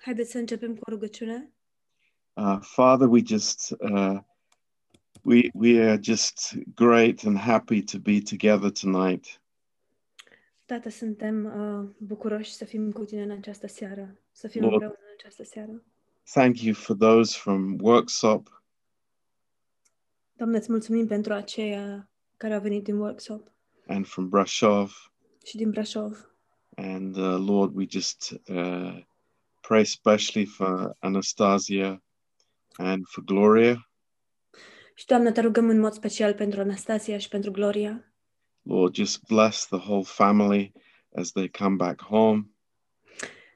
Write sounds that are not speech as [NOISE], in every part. Haideți să începem cu o rugăciune. Uh, Father, we just uh, we we are just great and happy to be together tonight. Tată, suntem uh, bucuroși să fim cu tine în această seară, să fim Lord. împreună în această seară. Thank you for those from workshop. Doamne, îți mulțumim pentru aceia care au venit din workshop and from Brashov. și din Brașov. And uh, Lord, we just uh, pray especially for Anastasia and for Gloria. Și, Doamne, te rugăm în mod special pentru Anastasia și pentru Gloria. Lord, just bless the whole family as they come back home.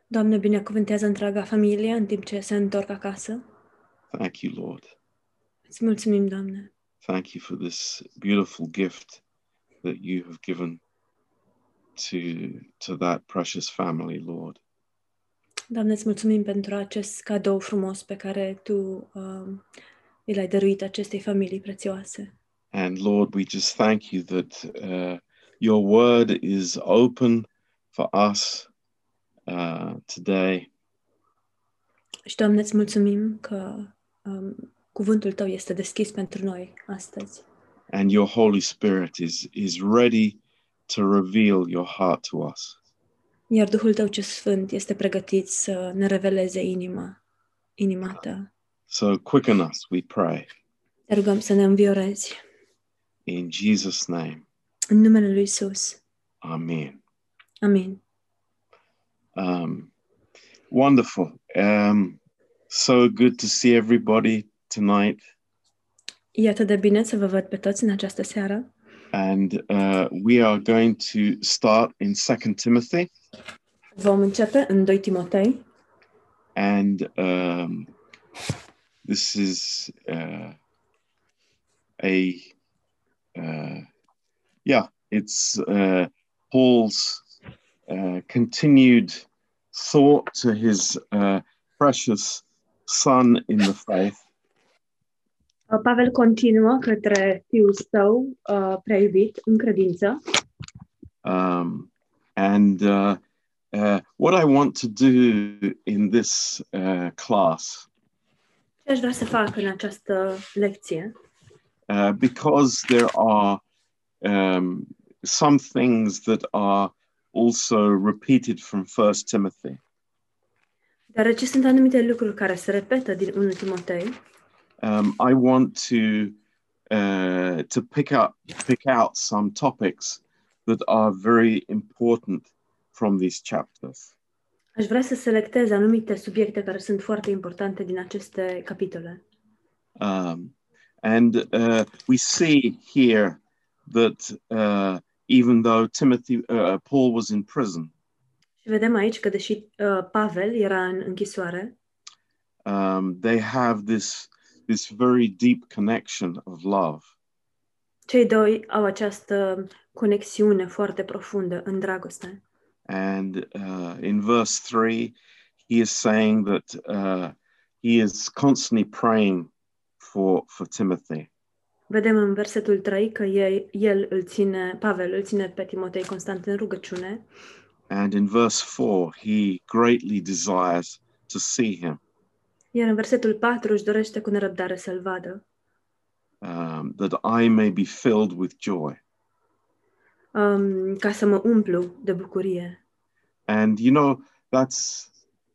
Doamne, binecuvântează întreaga familie în timp ce se întorc acasă. Thank you, Lord. Îți mulțumim, Doamne. Thank you for this beautiful gift that you have given to to that precious family, Lord. Doamne, îți mulțumim pentru acest cadou frumos pe care Tu uh, îl ai dăruit acestei familii prețioase. And Lord, we just thank you that uh, your word is open for us uh, today. Și, Doamne, îți mulțumim că um, cuvântul Tău este deschis pentru noi astăzi. and your Holy Spirit is is ready to reveal your heart to us. Iar Duhul Tău ce sfânt este pregătit să ne reveleze inima, inima Ta. So quicken us, we pray, Te rugăm să ne înviorezi. in Jesus' name. În numele Lui Isus. Amen. Amin. Um, wonderful. Um, so good to see everybody tonight, E atât de bine să vă văd pe toți în această seară. and uh, we are going to start in Second Timothy, Vom începe în 2 Timotei Uh, and um, this is uh, a uh, yeah, it's uh, Paul's uh, continued thought to his uh, precious son in the faith, Pavel continuă către fiul său uh, prea iubit în credință um, and uh, uh, what I want to do in this uh, class, ce aș vrea să fac în această lecție. uh, because there are um, some things that are also repeated from First Timothy. Deoarece sunt anumite lucruri care se repetă din 1 Timotei, um, I want to uh, to pick up pick out some topics that are very important from these chapters. aș vrea să selectez anumite subiecte care sunt foarte importante din aceste capitole. Um, and uh, we see here that uh, even though Timothy uh, Paul was in prison, Și vedem aici că deși uh, Pavel era în închisoare, um, they have this this very deep connection of love. cei doi au această conexiune foarte profundă în dragoste. And uh, in verse three, he is saying that uh, he is constantly praying for for Timothy, Vedem în versetul 3 că ei, el îl ține, Pavel îl ține pe Timotei constant în rugăciune and in verse four, he greatly desires to see him. Iar în versetul 4 își dorește cu nerăbdare să-l vadă, Um, that I may be filled with joy. um, ca să mă umplu de bucurie. And you know, that's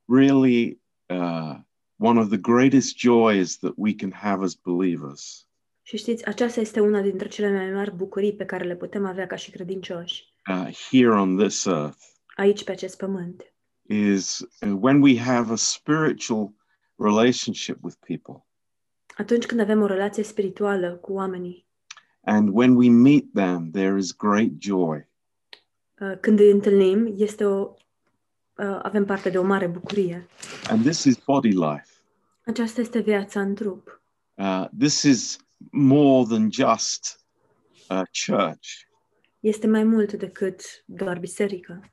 really uh, one of the greatest joys that we can have as believers. Și știți, aceasta este una dintre cele mai mari bucurii pe care le putem avea ca și credincioși, uh, here on this earth aici pe acest pământ. is uh, when we have a spiritual relationship with people Atunci când avem o relație spirituală cu oamenii, and when we meet them there is great joy uh, când îi întâlnim, este o, uh, avem parte de o mare bucurie. and this is body life Aceasta este viața în trup. uh, this is more than just uh, church Este mai mult decât doar biserică,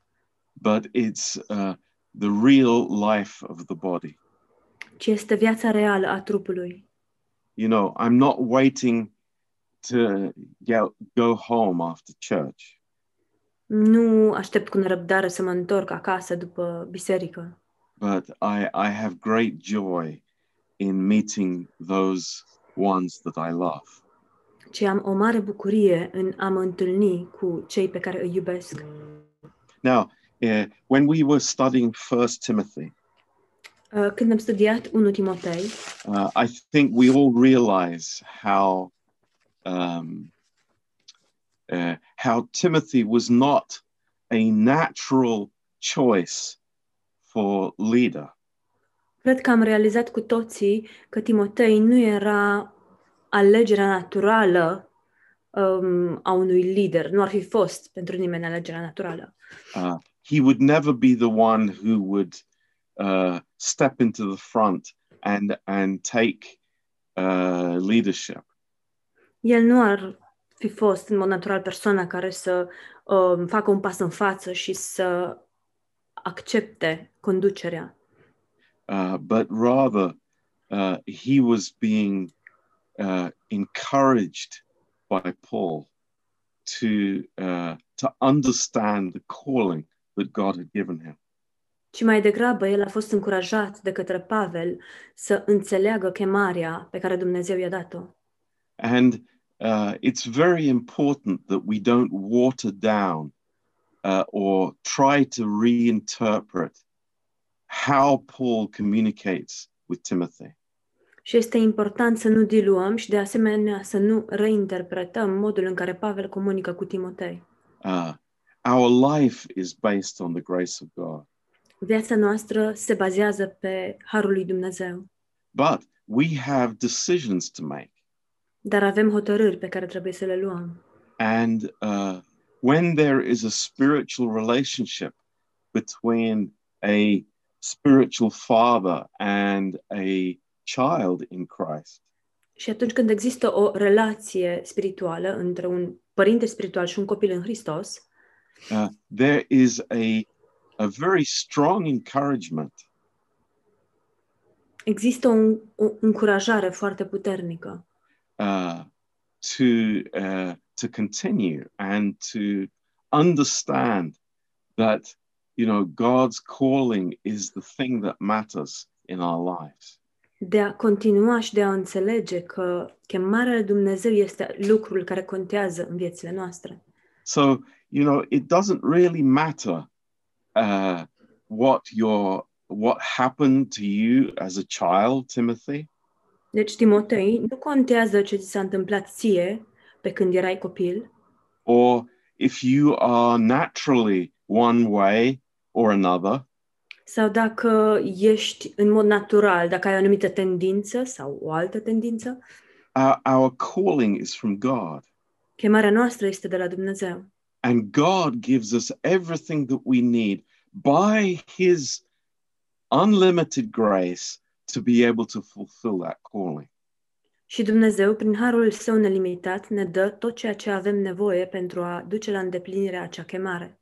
but it's uh, the real life of the body ci este viața reală a trupului. you know i'm not waiting to get, go home after church Nu aștept cu nerăbdare să mă întorc acasă după biserică, but I, I have great joy in meeting those ones that I love. ci am o mare bucurie în a mă întâlni cu cei pe care îi iubesc. Now, uh, when we were studying First Timothy, Uh, Când am studiat 1 Timotei, uh, I think we all realize how um, uh, how Timothy was not a natural choice for leader. cred că am realizat cu toții că Timotei nu era alegerea naturală um, a unui lider. Nu ar fi fost pentru nimeni alegerea naturală. Uh, he would never be the one who would uh, step into the front and and take uh, leadership. El nu ar fi fost în mod natural persoana care să um, facă un pas în față și să accepte conducerea. uh, but rather uh, he was being uh, encouraged by Paul to uh, to understand the calling that God had given him. Ci mai degrabă el a fost încurajat de către Pavel să înțeleagă chemarea pe care Dumnezeu i-a dat-o. And uh, it's very important that we don't water down uh, or try to reinterpret how Paul communicates with Timothy. Și este important să nu diluăm și de asemenea să nu reinterpretăm modul în care Pavel comunică cu Timotei. Uh, our life is based on the grace of God. Viața noastră se bazează pe harul lui Dumnezeu, But we have decisions to make. dar avem hotărâri pe care trebuie să le luăm. And uh, when there is a spiritual relationship between a spiritual father and a child in Christ, Și atunci când există o relație spirituală între un părinte spiritual și un copil în Hristos, uh, there is a, a very strong encouragement există o, o încurajare foarte puternică uh, to, uh, to continue and to understand that, you know, God's calling is the thing that matters in our lives. de a continua și de a înțelege că chemarea lui Dumnezeu este lucrul care contează în viețile noastre. So, you know, it doesn't really matter uh, what your what happened to you as a child, Timothy. Deci, Timotei, nu contează ce ți s-a întâmplat ție pe când erai copil Or if you are naturally one way or another, sau dacă ești în mod natural, dacă ai o anumită tendință sau o altă tendință, our, our calling is from God. chemarea noastră este de la Dumnezeu. And God gives us everything that we need by his unlimited grace to be able to fulfill that calling. Și Dumnezeu, prin harul său nelimitat, ne dă tot ceea ce avem nevoie pentru a duce la îndeplinire acea chemare.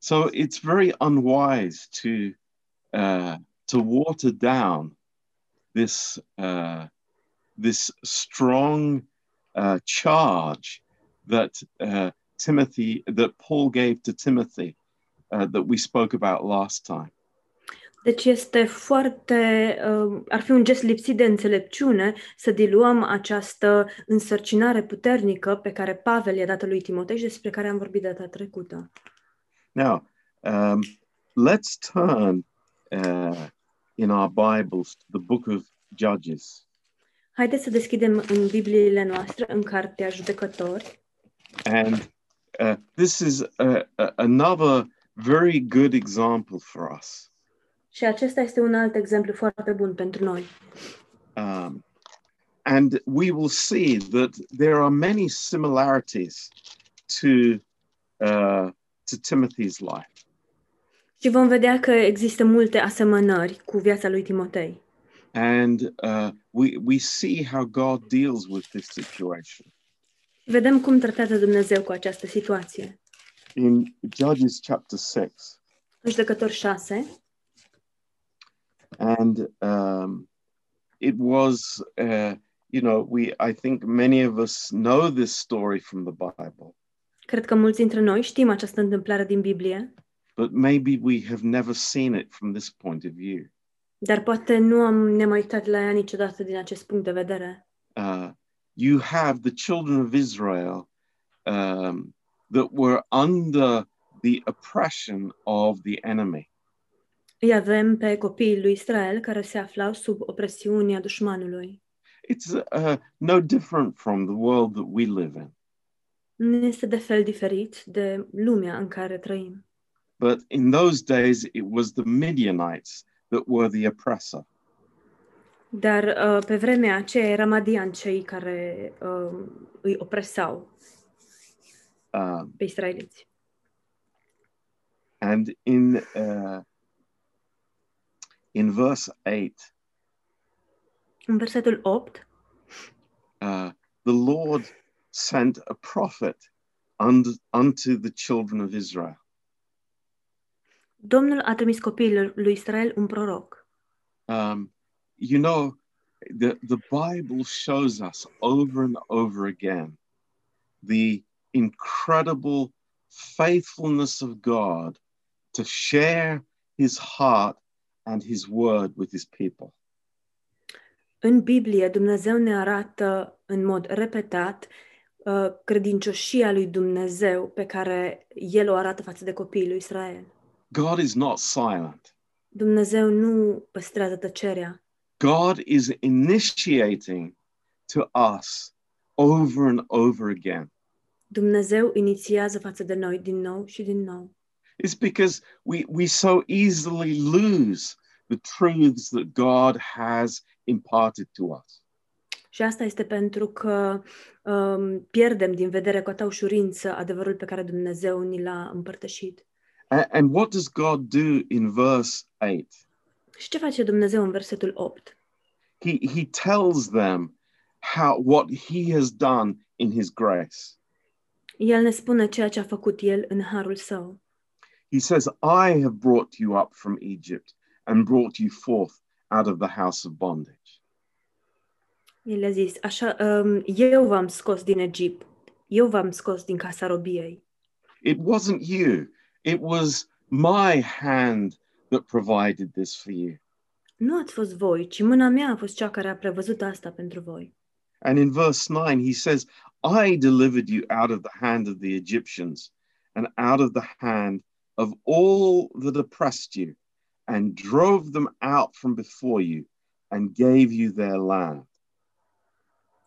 So it's very unwise to uh, to water down this uh, this strong uh, charge that uh, Timothy that Paul gave to Timothy uh, that we spoke about last time. Deci este foarte, uh, ar fi un gest lipsit de înțelepciune să diluăm această însărcinare puternică pe care Pavel i-a dat lui Timotei și despre care am vorbit data trecută. Now um, let's turn uh, in our Bibles to the book of Judges Haideți să deschidem în Bibliile noastre, în Cartea Judecători. and. Uh, this is uh, a- another very good example for us. Și acesta este un alt exemplu foarte bun pentru noi. Um, and we will see that there are many similarities to uh, to Timothy's life. Și vom vedea că există multe asemănări cu viața lui Timotei. And uh, we we see how God deals with this situation Vedem cum tratează Dumnezeu cu această situație. in Judges chapter six, În Judecători 6, and um, it was uh, you know we I think many of us know this story from the Bible. cred că mulți dintre noi știm această întâmplare din Biblie. but maybe we have never seen it from this point of view. Dar poate nu am, ne-am mai uitat la ea niciodată din acest punct de vedere. Uh, you have the children of Israel um, that were under the oppression of the enemy. Îi avem pe copiii lui Israel care se aflau sub opresiunea dușmanului. It's uh, no different from the world that we live in. Nu este de fel diferit de lumea în care trăim. But in those days, it was the Midianites that were the oppressor. Dar uh, pe vremea aceea era Madian cei care uh, îi opresau Um, pe israeliți. and in uh, in verse eight, În versetul 8, uh, the Lord sent a prophet un- unto the children of Israel. Domnul a trimis copiilor lui Israel un proroc. Um, you know, the the Bible shows us over and over again the incredible faithfulness of God to share His heart and His word with His people. În Biblie, Dumnezeu ne arată în mod repetat uh, credincioșia lui Dumnezeu pe care El o arată față de copiii lui Israel. God is not silent. Dumnezeu nu păstrează tăcerea. God is initiating to us over and over again. Dumnezeu inițiază față de noi din nou și din nou. It's because we, we so easily lose the truths that God has imparted to us. Și asta este pentru că um, pierdem din vedere cu atâta ușurință adevărul pe care Dumnezeu ni l-a împărtășit. A- And what does God do in verse 8? Și ce face Dumnezeu în versetul 8? He, he tells them how what he has done in his grace. El ne spune ceea ce a făcut El în harul Său. He says, I have brought you up from Egypt and brought you forth out of the house of bondage. El le-a zis, așa, um, eu v-am scos din Egipt, eu v-am scos din casa robiei. It wasn't you. It was my hand that provided this for you. Nu ați fost voi, ci mâna mea a fost cea care a prevăzut asta pentru voi. And in verse 9, he says, I delivered you out of the hand of the Egyptians and out of the hand of all that oppressed you, and drove them out from before you, and gave you their land.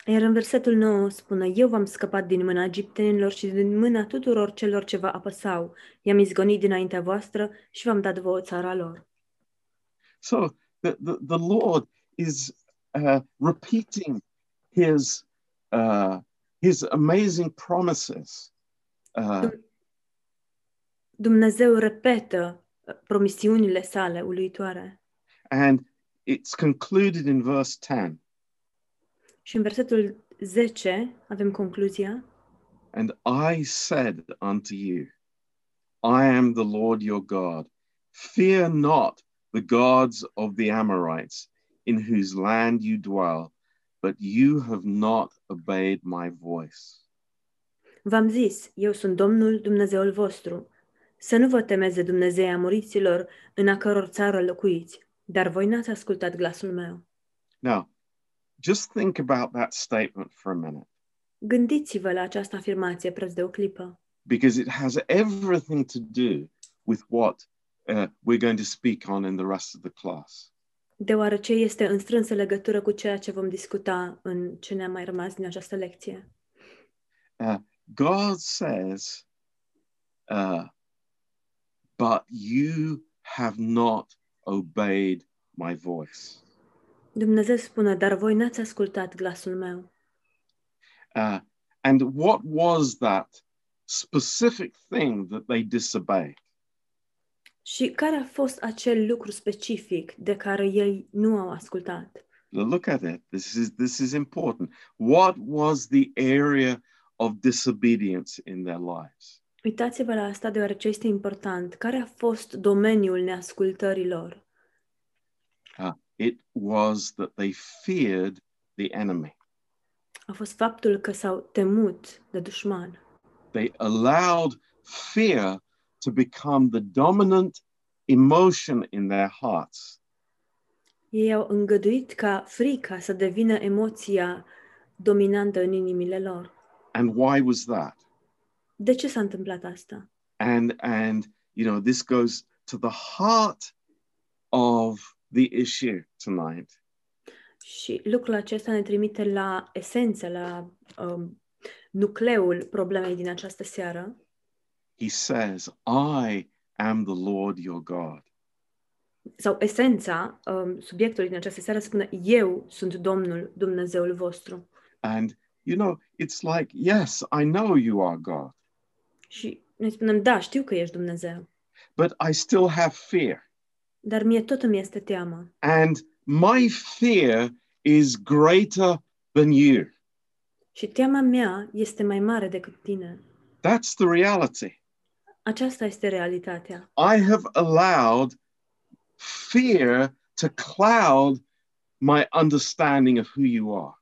Iar în versetul 9 spune, eu v-am scăpat din mâna egiptenilor și din mâna tuturor celor ce vă apăsau. I-am izgonit dinaintea voastră și v-am dat vouă țara lor. So the, the, the Lord is uh, repeating his, uh, his amazing promises. Uh, Dumnezeu repetă uh, promisiunile sale uluitoare. And it's concluded in verse 10 Și în versetul 10 avem concluzia, And I said unto you, I am the Lord your God. Fear not the gods of the Amorites in whose land you dwell, but you have not obeyed my voice. V-am zis, eu sunt Domnul Dumnezeul vostru. Să nu vă temeți de Dumnezei amoriților, în a căror țară locuiți, dar voi n-ați ascultat glasul meu. Now, just think about that statement for a minute Gândiți-vă la această afirmație preț de o clipă, because it has everything to do with what uh, we're going to speak on in the rest of the class. deoarece este în strânsă legătură cu ceea ce vom discuta în ce ne-a mai rămas din această lecție. God says, uh, but you have not obeyed my voice. Dumnezeu spune, dar voi n-ați ascultat glasul meu. Uh, and what was that specific thing that they disobeyed? Și care a fost acel lucru specific de care ei nu au ascultat? Look at it. This is this is important. What was the area of disobedience in their lives? Uitați-vă la asta deoarece este important. Care a fost domeniul neascultărilor? It was that they feared the enemy. a fost faptul că s-au temut de dușman. They allowed fear to become the dominant emotion in their hearts. Ei au îngăduit ca frica să devină emoția dominantă în inimile lor. And why was that? De ce s-a întâmplat asta? And and you know, this goes to the heart of the issue tonight. Și lucrul acesta ne trimite la esență, la um, nucleul problemei din această seară. He says, I am the Lord your God. Sau esența um, subiectului din această seară spune Eu sunt Domnul, Dumnezeul vostru. And you know, it's like, yes, I know you are God, Și noi spunem, da, știu că ești Dumnezeu, but I still have fear. dar mie tot îmi este teamă. And my fear is greater than you. Și teama mea este mai mare decât tine. That's the reality. Aceasta este realitatea. I have allowed fear to cloud my understanding of who you are.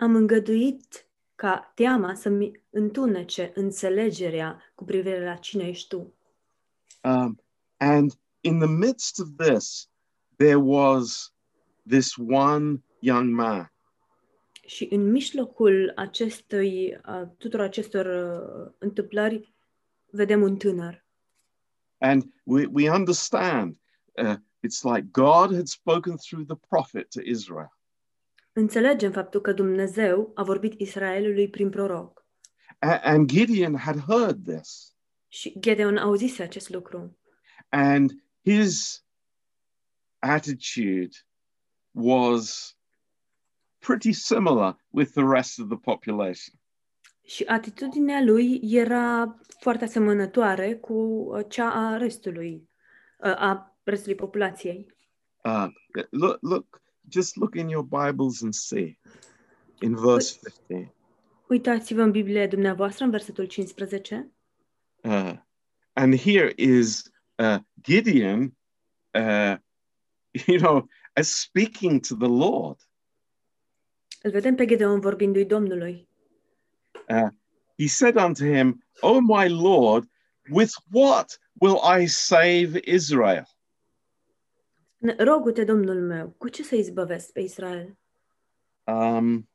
Am îngăduit ca teama să-mi întunece înțelegerea cu privire la cine ești tu. Um, and in the midst of this, there was this one young man. Și în mijlocul acestui, a tuturor acestor uh, întâmplări, vedem un tânăr. And we, we understand uh, it's like God had spoken through the prophet to Israel. Înțelegem faptul că Dumnezeu a vorbit Israelului prin proroc. A- and Gideon had heard this. Și Gedeon auzise acest lucru. And his attitude was pretty similar with the rest of the population. Și atitudinea lui era foarte asemănătoare cu uh, cea a restului, uh, a restului populației. Uh, look, look, just look in your Bibles and see in verse 15. Uitați-vă în Biblie dumneavoastră, în versetul 15. Uh, and here is uh, Gideon, uh, [LAUGHS] you know, as speaking to the Lord. Îl vedem pe Gedeon vorbindu-i Domnului. He said unto him, O my Lord, with what will I save Israel? Spune, Rogu-te, Domnul meu, cu ce să izbăvesc pe Israel? Um,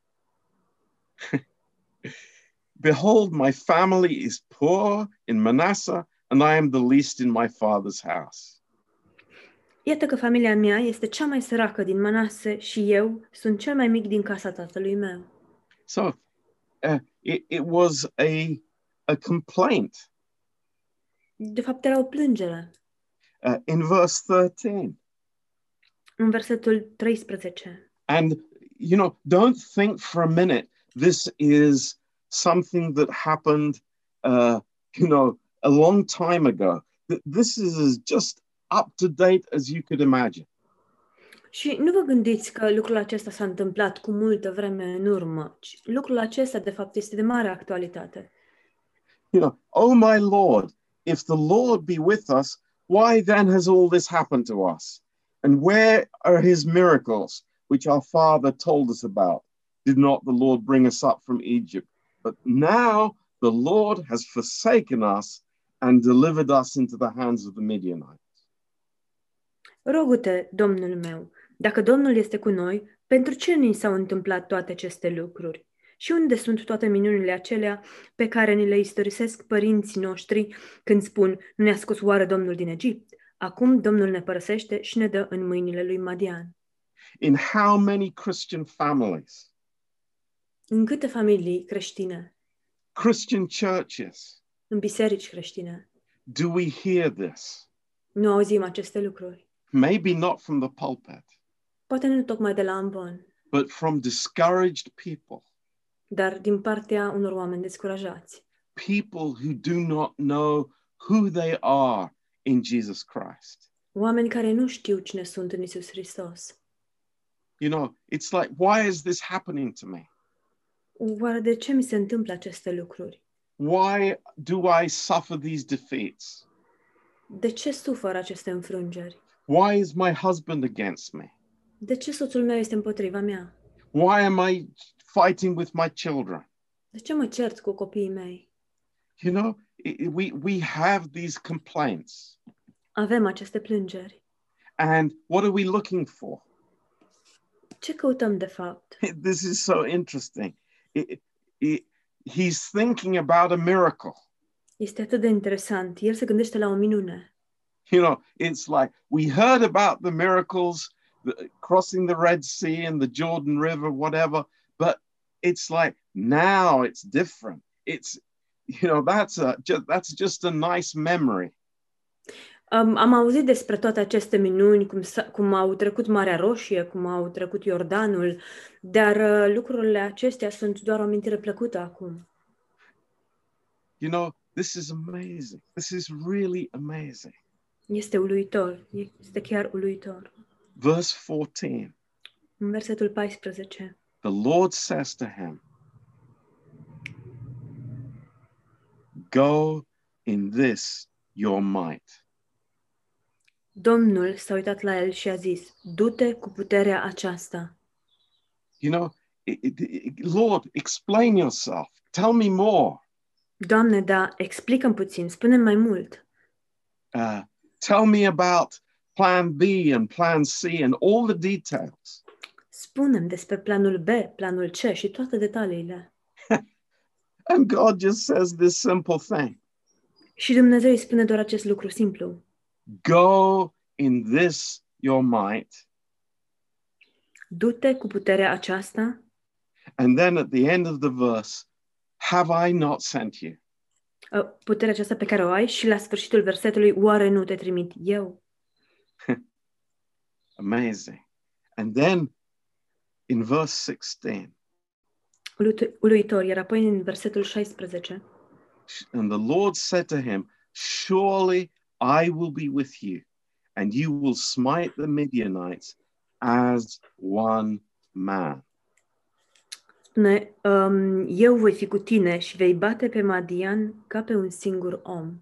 [LAUGHS] Behold, my family is poor in Manasseh, and I am the least in my father's house. Iată că familia mea este cea mai săracă din Manase și eu sunt cel mai mic din casa tatălui meu. So uh, it, it was a, a complaint De fapt, era o plângere. uh, in verse 13. În versetul 13. And, you know, don't think for a minute this is something that happened, uh, you know, a long time ago. Th- This is as just up to date as you could imagine. Și nu vă gândiți că lucrul acesta s-a întâmplat cu multă vreme în urmă, ci lucrul acesta, de fapt, este de mare actualitate. You know, oh my Lord, if the Lord be with us, why then has all this happened to us? And where are his miracles, which our father told us about? Did not the Lord bring us up from Egypt? But now the Lord has forsaken us and delivered us into the hands of the Midianites. Rogu-te, Domnul meu, dacă Domnul este cu noi, pentru ce ni s-au întâmplat toate aceste lucruri? Și unde sunt toate minunile acelea pe care ni le istorisesc părinții noștri când spun, nu ne-a scos oare Domnul din Egipt? Acum Domnul ne părăsește și ne dă în mâinile lui Madian. In how many Christian families, În câte familii creștine, Christian churches în biserici creștine, do we hear this? nu auzim aceste lucruri? Maybe not from the pulpit, Poate nu tocmai de la ambon, but from discouraged people. dar din partea unor oameni descurajați, people who do not know who they are in Jesus Christ. oameni care nu știu cine sunt în Isus Hristos. You know, it's like, why is this happening to me? Oare de ce mi se întâmplă aceste lucruri? Why do I suffer these defeats? De ce sufăr aceste înfrângeri? Why is my husband against me? De ce soțul meu este împotriva mea? Why am I fighting with my children? De ce mă cert cu copiii mei? You know, i- we, we have these complaints. Avem aceste plângeri. And what are we looking for? [LAUGHS] Ce căutăm de fapt? This is so interesting. I- i- he's thinking about a miracle. Este atât de interesant. El se gândește la o minune. You know, it's like we heard about the miracles, the, crossing the Red Sea and the Jordan River, whatever, but it's like now it's different. It's, you know, that's a just, that's just a nice memory. Um, am auzit despre toate aceste minuni, cum, s- cum au trecut Marea Roșie, cum au trecut Iordanul, dar uh, lucrurile acestea sunt doar o amintire plăcută acum. You know, this is amazing. This is really amazing. Este uluitor, este chiar uluitor. Verse 14, În versetul 14, the Lord says to him, Go in this your might. Domnul s-a uitat la el și a zis, du-te cu puterea aceasta. You know, it- it- it- Lord, explain yourself. Tell me more. Doamne, da, explică-mi puțin, spune mai mult. Uh, tell me about plan B and plan C and all the details. Spunem despre planul B, planul C și toate detaliile. And God just says this simple thing Și Dumnezeu îi spune doar acest lucru simplu. Go in this your might. Du-te cu puterea aceasta And then at the end of the verse, have I not sent you? Uh, puterea aceasta pe care o ai și la sfârșitul versetului, oare nu te trimit eu? Amazing. And then in verse 16, Uluit- Uluitor, iar apoi în versetul 16, and the Lord said to him, Surely I will be with you, and you will smite the Midianites as one man. spune, um, eu voi fi cu tine și vei bate pe Madian ca pe un singur om.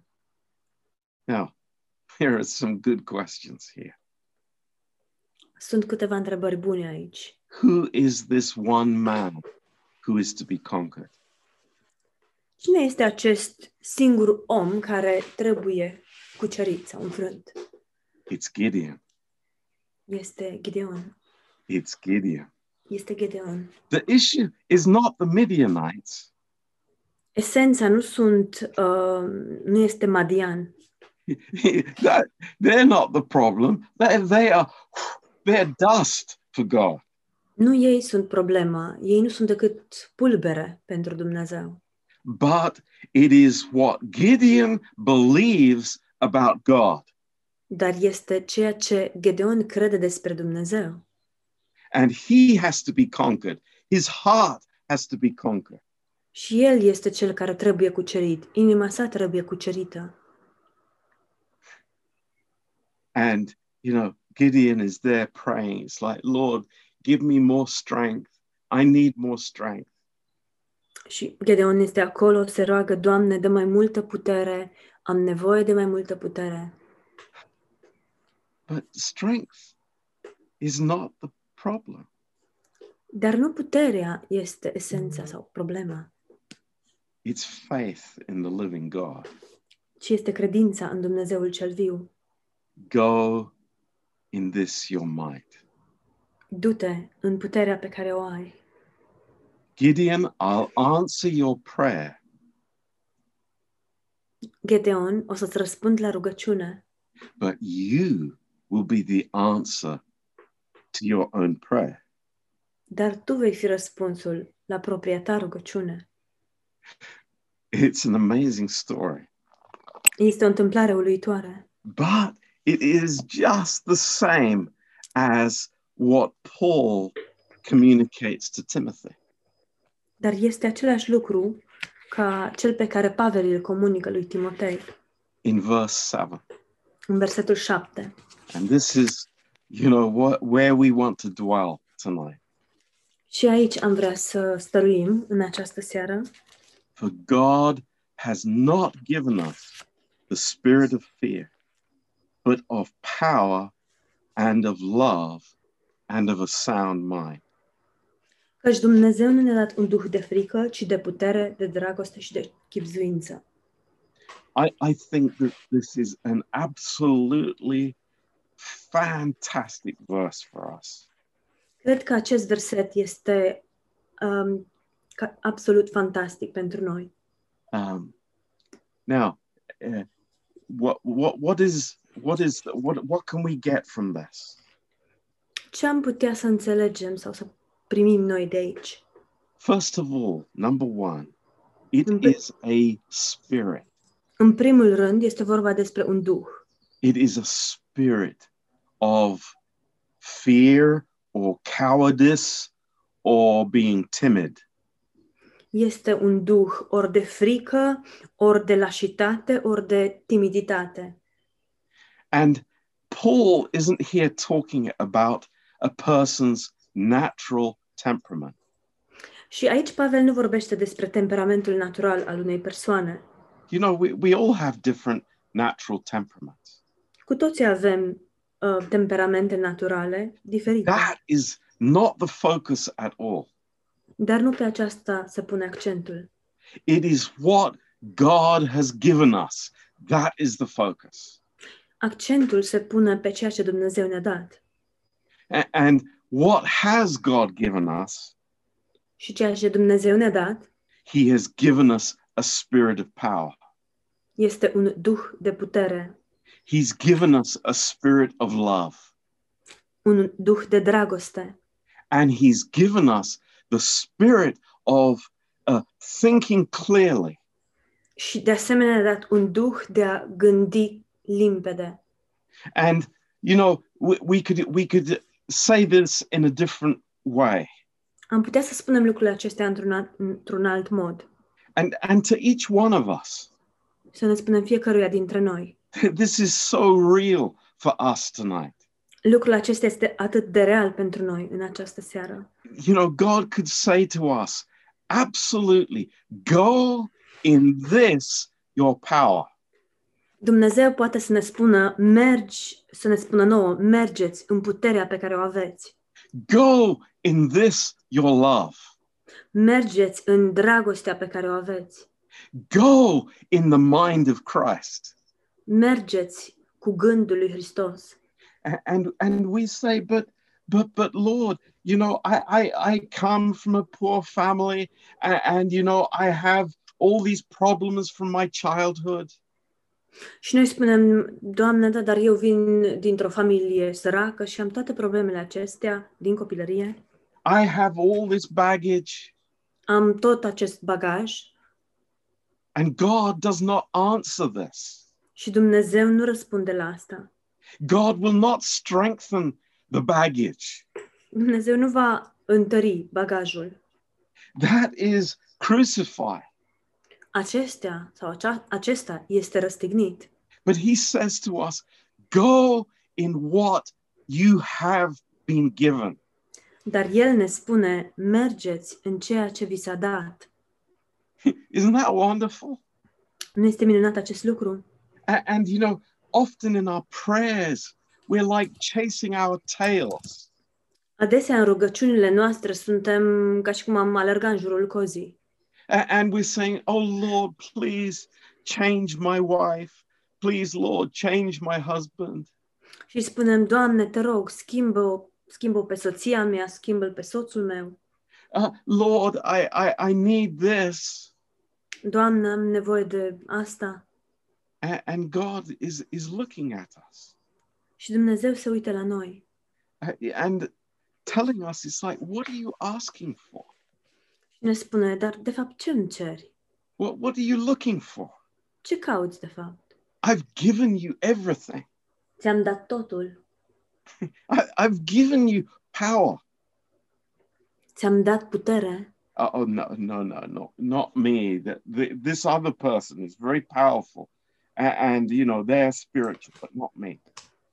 Now, here are some good questions here. Sunt câteva întrebări bune aici. Who is this one man who is to be conquered? Cine este acest singur om care trebuie cucerit sau înfrânt? It's Gideon. Este Gideon. It's Gideon. Este Gideon. The issue is not the Midianites. [LAUGHS] Esența nu sunt, uh, nu este Madian. that they're not the problem. They, they are they're dust for God. Nu ei sunt problema, ei nu sunt decât pulbere pentru Dumnezeu. But it is what Gideon believes about God. dar este ceea ce Gedeon crede despre Dumnezeu. And he has to be conquered. His heart has to be conquered. Și el este cel care trebuie cucerit, inima sa trebuie cucerită. And you know, Gideon is there praying. It's like, Lord, give me more strength. I need more strength. Și Gedeon este acolo, se roagă, Doamne, dă mai multă putere, am nevoie de mai multă putere. But strength is not the problem. Dar nu puterea este esența sau problema, It's faith in the living God. ci este credința în Dumnezeul cel viu. Go in this your might. Du-te în puterea pe care o ai. Gideon, I'll answer your prayer, Gedeon, o să-ți răspund la rugăciune, but you will be the answer to your own prayer. dar tu vei fi răspunsul la propria ta rugăciune. It's an amazing story, Este o întâmplare uluitoare. but it is just the same as what Paul communicates to Timothy. Dar este același lucru ca cel pe care Pavel îl comunică lui Timotei In verse 7. în versetul 7. And this is, you know, what, where we want to dwell tonight. Și aici am vrea să stăruim în această seară, For God has not given us the spirit of fear, but of power and of love and of a sound mind. căci Dumnezeu nu ne-a dat un duh de frică, ci de putere, de dragoste și de chipzuință. I, I think that this is an absolutely fantastic verse for us. Cred că acest verset este um, ca- absolut fantastic pentru noi. Um, now, uh, what what what is what is what what can we get from this? Ce am putea să înțelegem sau să primim noi de aici? First of all, number one, it Mhm. is a spirit. În primul rând, este vorba despre un duh. It is a spirit of fear or cowardice or being timid. Este un duh ori de frică, ori de lașitate, ori de timiditate. And Paul isn't here talking about a person's natural temperament. Și aici Pavel nu vorbește despre temperamentul natural al unei persoane. You know, we, we all have different natural temperaments. Cu toții avem uh, temperamente naturale diferite, That is not the focus at all. dar nu pe aceasta se pune accentul. It is what God has given us. That is the focus. Accentul se pune pe ceea ce Dumnezeu ne-a dat. A- and what has God given us? Și ceea ce Dumnezeu ne-a dat He has given us a spirit of power. este un duh de putere, He's given us a spirit of love. un duh de dragoste And He's given us the spirit of uh, thinking clearly. și de asemenea ne-a dat un duh de a gândi limpede. And, you know, we, we, could, we could say this in a different way. Am putea să spunem lucrurile acestea într-un alt, într-un alt mod, And, and to each one of us, [LAUGHS] să ne spunem fiecăruia dintre noi. this is so real for us tonight. Lucrul acesta este atât de real pentru noi în această seară. You know, God could say to us, absolutely, go in this your power. Dumnezeu poate să ne spună, mergi, să ne spună nouă, mergeți în puterea pe care o aveți. Go in this your love. Mergeți în dragostea pe care o aveți. Go in the mind of Christ. Mergeți cu gândul lui Hristos. A- And and we say, but but but Lord, you know, I I, I come from a poor family and, and you know I have all these problems from my childhood. Și noi spunem, Doamne, da, dar eu vin dintr-o familie săracă și am toate problemele acestea din copilărie. I have all this baggage. Am tot acest bagaj And God does not answer this. și Dumnezeu nu răspunde la asta. God will not strengthen the baggage. Dumnezeu nu va întări bagajul. That is crucified. Acestea sau acea, acesta este răstignit. But he says to us, go in what you have been given. Dar el ne spune, mergeți în ceea ce vi s-a dat. Isn't that wonderful? Nu este minunat acest lucru? A- And you know, often in our prayers, we're like chasing our tails. Adesea în rugăciunile noastre suntem ca și cum am alergat în jurul cozii. A- And we're saying, oh Lord, please change my wife. Please, Lord, change my husband. Și spunem, Doamne, te rog, schimbă-o, schimbă-o pe soția mea, schimbă-l pe soțul meu. Uh, Lord, I, I, I need this. Doamne, am nevoie de asta. A- and God is is looking at us Și Dumnezeu se uită la noi a- and telling us it's like what are you asking for și ne spune, dar de fapt ce îmi ceri? what what are you looking for Ce cauți de fapt? i've given you everything Ți-am dat totul, I, i've given you power ți-am dat putere. Uh, oh no no no no not me that the, this other person is very powerful a- and you know they're spiritual but not me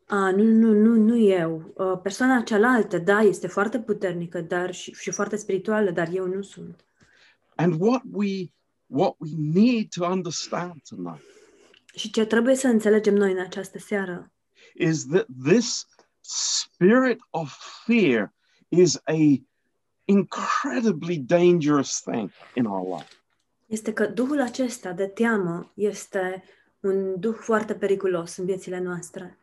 A, nu, nu, nu, nu eu. Uh, Persoana cealaltă, da, este foarte puternică dar și, și foarte spirituală, dar eu nu sunt. and what we what we need to understand tonight Și ce trebuie să înțelegem noi în această seară is that this spirit of fear is a incredibly dangerous thing in our life. este că Duhul acesta de teamă este un duh foarte periculos în viețile noastre.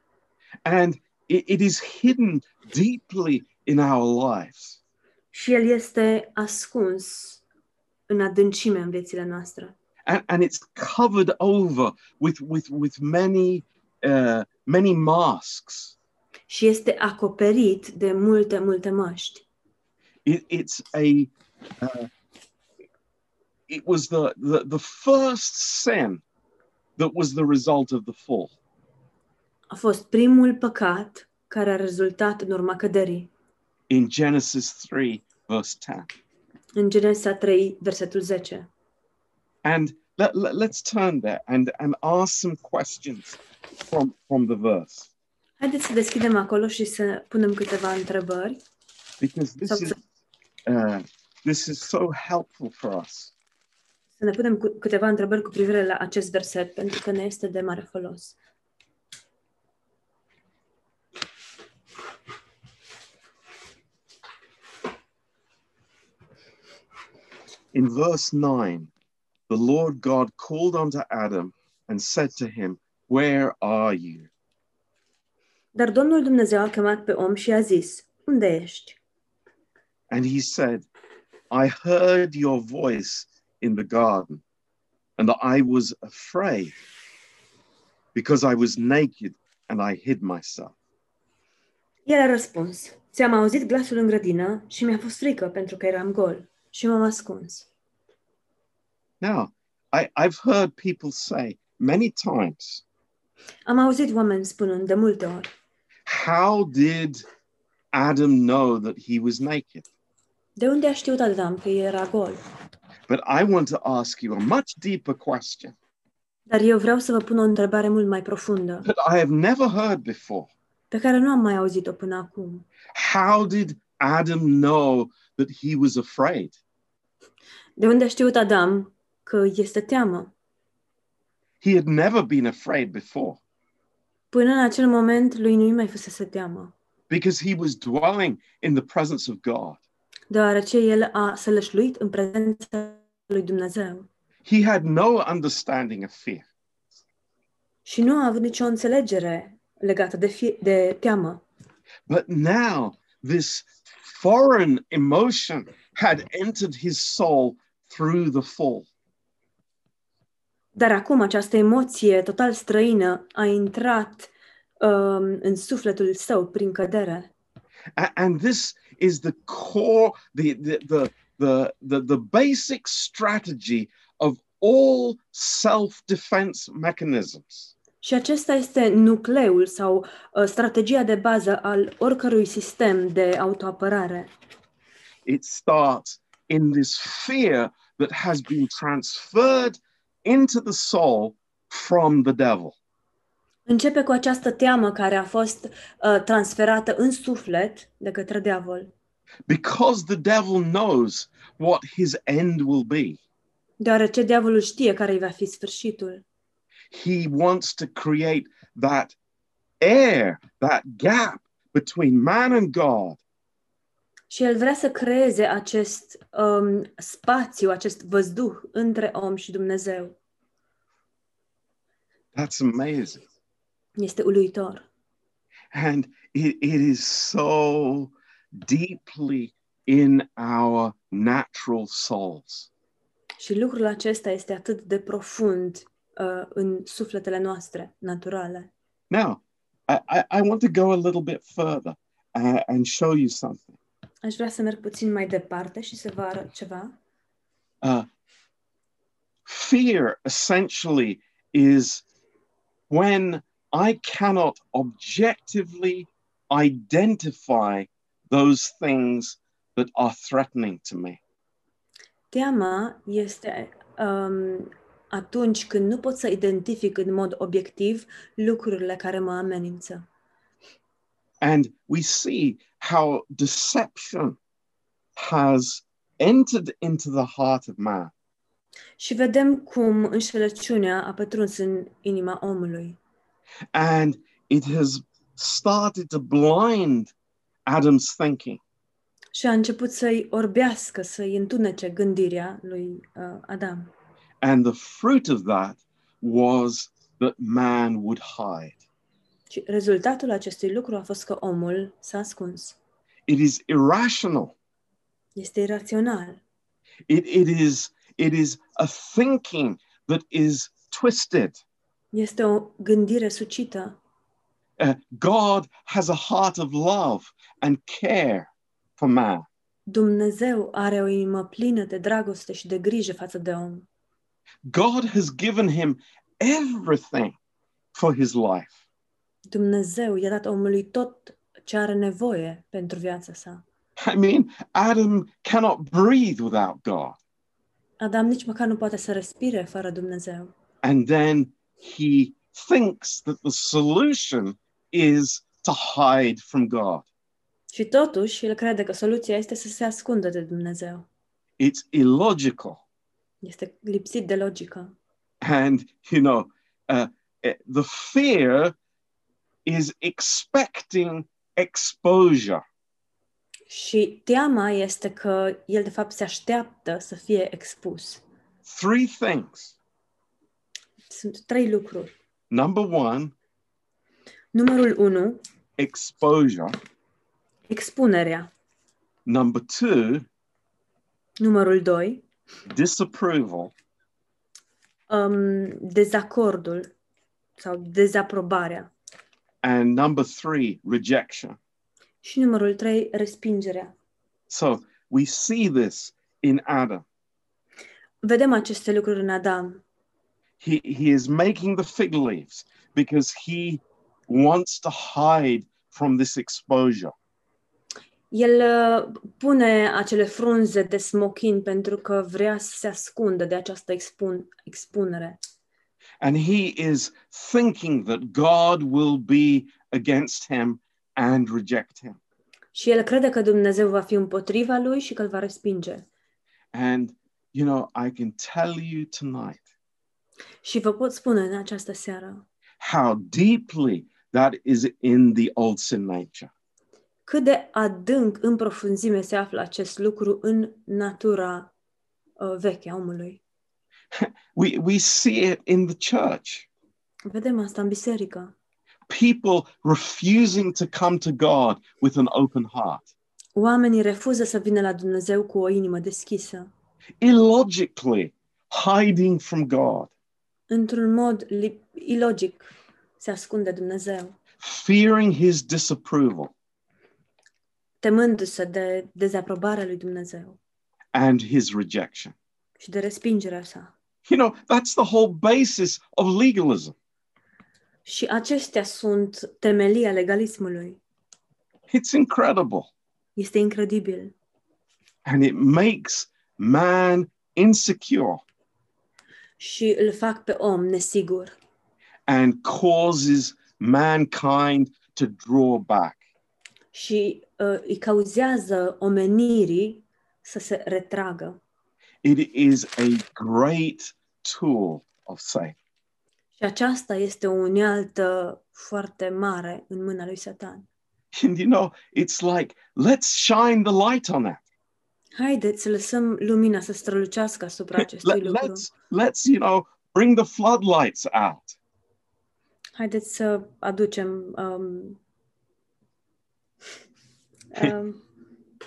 And it, it is hidden deeply in our lives. Și el este ascuns în adâncime în viețile noastre. And, and it's covered over with, with, with many, uh, many masks. Și este acoperit de multe, multe măști. It, it's a, uh, it was the, the, the first sin that was the result of the fall. A fost primul păcat care a rezultat în urma căderii. in Genesis 3, verse 10. În Genesa 3, versetul 10. And let, let, us turn there and, and ask some questions from, from the verse, Haideți să deschidem acolo și să punem câteva întrebări. because this Sounds is, uh, this is so helpful for us. Să ne punem cu câteva întrebări cu privire la acest verset, pentru că ne este de mare folos. In verse 9, the Lord God called unto Adam and said to him, Where are you? Dar Domnul Dumnezeu a chemat pe om și a zis, Unde ești? And he said, I heard your voice in the garden, and I was afraid because I was naked and I hid myself. El a răspuns, Ți-am auzit glasul în grădină și mi-a fost frică pentru că eram gol și m-am ascuns. Now, I, I've heard people say many times, Am auzit oameni spunând de multe ori, How did Adam know that he was naked? De unde a știut Adam că era gol? But I want to ask you a much deeper question Dar eu vreau să vă pun o întrebare mult mai profundă, that I have never heard before. pe care nu am mai auzit-o până acum. How did Adam know that he was afraid? De unde a știut Adam că este teamă? He had never been afraid before. Până în acel moment lui nu-i mai fusese teamă, because he was dwelling in the presence of God. deoarece el a sălășluit în prezența lui Dumnezeu He had no understanding of fear. și nu a avut nicio înțelegere legată de, fie, de teamă. But now this foreign emotion had entered his soul through the fall. Dar acum această emoție total străină a intrat um, în sufletul său prin cădere. A- And this is the core, the, the, the, the, the, the basic strategy of all self defense mechanisms. Și acesta este nucleul sau uh, strategia de bază al oricărui sistem de autoapărare. It starts in this fear that has been transferred into the soul from the devil. Începe cu această teamă care a fost uh, transferată în suflet de către diavol, because the devil knows what his end will be. deoarece diavolul știe care îi va fi sfârșitul. He wants to create that air, that gap between man and God, Și el vrea să creeze acest um, spațiu, acest văzduh între om și Dumnezeu. that's amazing. Este uluitor. And it, it is so deeply in our natural souls. Și lucrul acesta este atât de profund uh, în sufletele noastre naturale. Now, I, I, I want to go a little bit further uh, and show you something. Aș vrea să merg puțin mai departe și să vă arăt ceva. Uh, fear essentially is when I cannot objectively identify those things that are threatening to me. Teama este um, atunci când nu pot să identific în mod obiectiv lucrurile care mă amenință. And we see how deception has entered into the heart of man. Și vedem cum înșelăciunea a pătruns în inima omului And it has started to blind Adam's thinking. și a început să-i orbească, să-i întunece gândirea lui uh, Adam. And the fruit of that was that man would hide. Și rezultatul acestui lucru a fost că omul s-a ascuns. It is irrational. Este irațional. It, it, is, it is a thinking that is twisted. Este o gândire sucită. Uh, God has a heart of love and care for man. Dumnezeu are o inimă plină de dragoste și de grijă față de om. God has given him everything for his life. Dumnezeu i-a dat omului tot ce are nevoie pentru viața sa. I mean, Adam cannot breathe without God. Adam nici măcar nu poate să respire fără Dumnezeu. And then he thinks that the solution is to hide from God. Și totuși, el crede că soluția este să se ascundă de Dumnezeu. It's illogical. Este lipsit de logică. and you know uh, eh, the fear is expecting exposure Și teama este că el, de fapt, se așteaptă să fie expus. three things Sunt trei lucruri. number one Numărul 1, exposure expunerea. number two Numărul 2, disapproval um, dezacordul sau dezaprobarea. and number three rejection Și numărul 3, respingerea. so we see this in adam Vedem aceste lucruri în Adam. he, he is making the fig leaves because he wants to hide from this exposure El uh, pune acele frunze de smochin pentru că vrea să se ascundă de această expun- expunere. And he is thinking that God will be against him and reject him. Și el crede că Dumnezeu va fi împotriva lui și că îl va respinge. And, you know, I can tell you tonight Și vă pot spune în această seară how deeply that is in the old sin nature. cât de adânc, în profunzime se află acest lucru în natura uh, veche a omului. We, we see it in the church Vedem asta în biserică. people refusing to come to God with an open heart. Oamenii refuză să vină la Dumnezeu cu o inimă deschisă, Illogically hiding from God, într-un mod li- ilogic se ascunde Dumnezeu, fearing his disapproval temându-se de dezaprobarea lui Dumnezeu and his rejection. și de respingerea sa. You know, that's the whole basis of legalism. Și acestea sunt temelia legalismului. It's incredible. Este incredibil And it makes man insecure și îl fac pe om nesigur and causes mankind to draw back. și uh, îi cauzează omenirii să se retragă. It is a great tool of Satan. Și aceasta este o unealtă foarte mare în mâna lui Satan. [LAUGHS] And you know, it's like, let's shine the light on that. Haideți să lăsăm lumina să strălucească asupra acestui Let, lucru. us let's, you know, bring the floodlights out. Haideți să aducem um, um,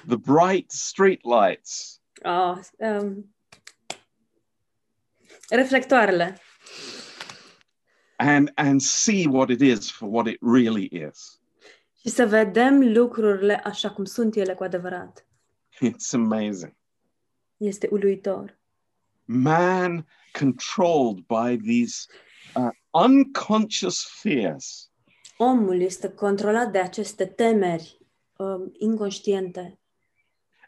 The bright street lights. oh, um, reflectoarele And, and see what it is for what it really is. [LAUGHS] și să vedem lucrurile așa cum sunt ele cu adevărat. It's amazing. Este uluitor. man controlled by these uh, unconscious fears Omul este controlat de aceste temeri um, inconștiente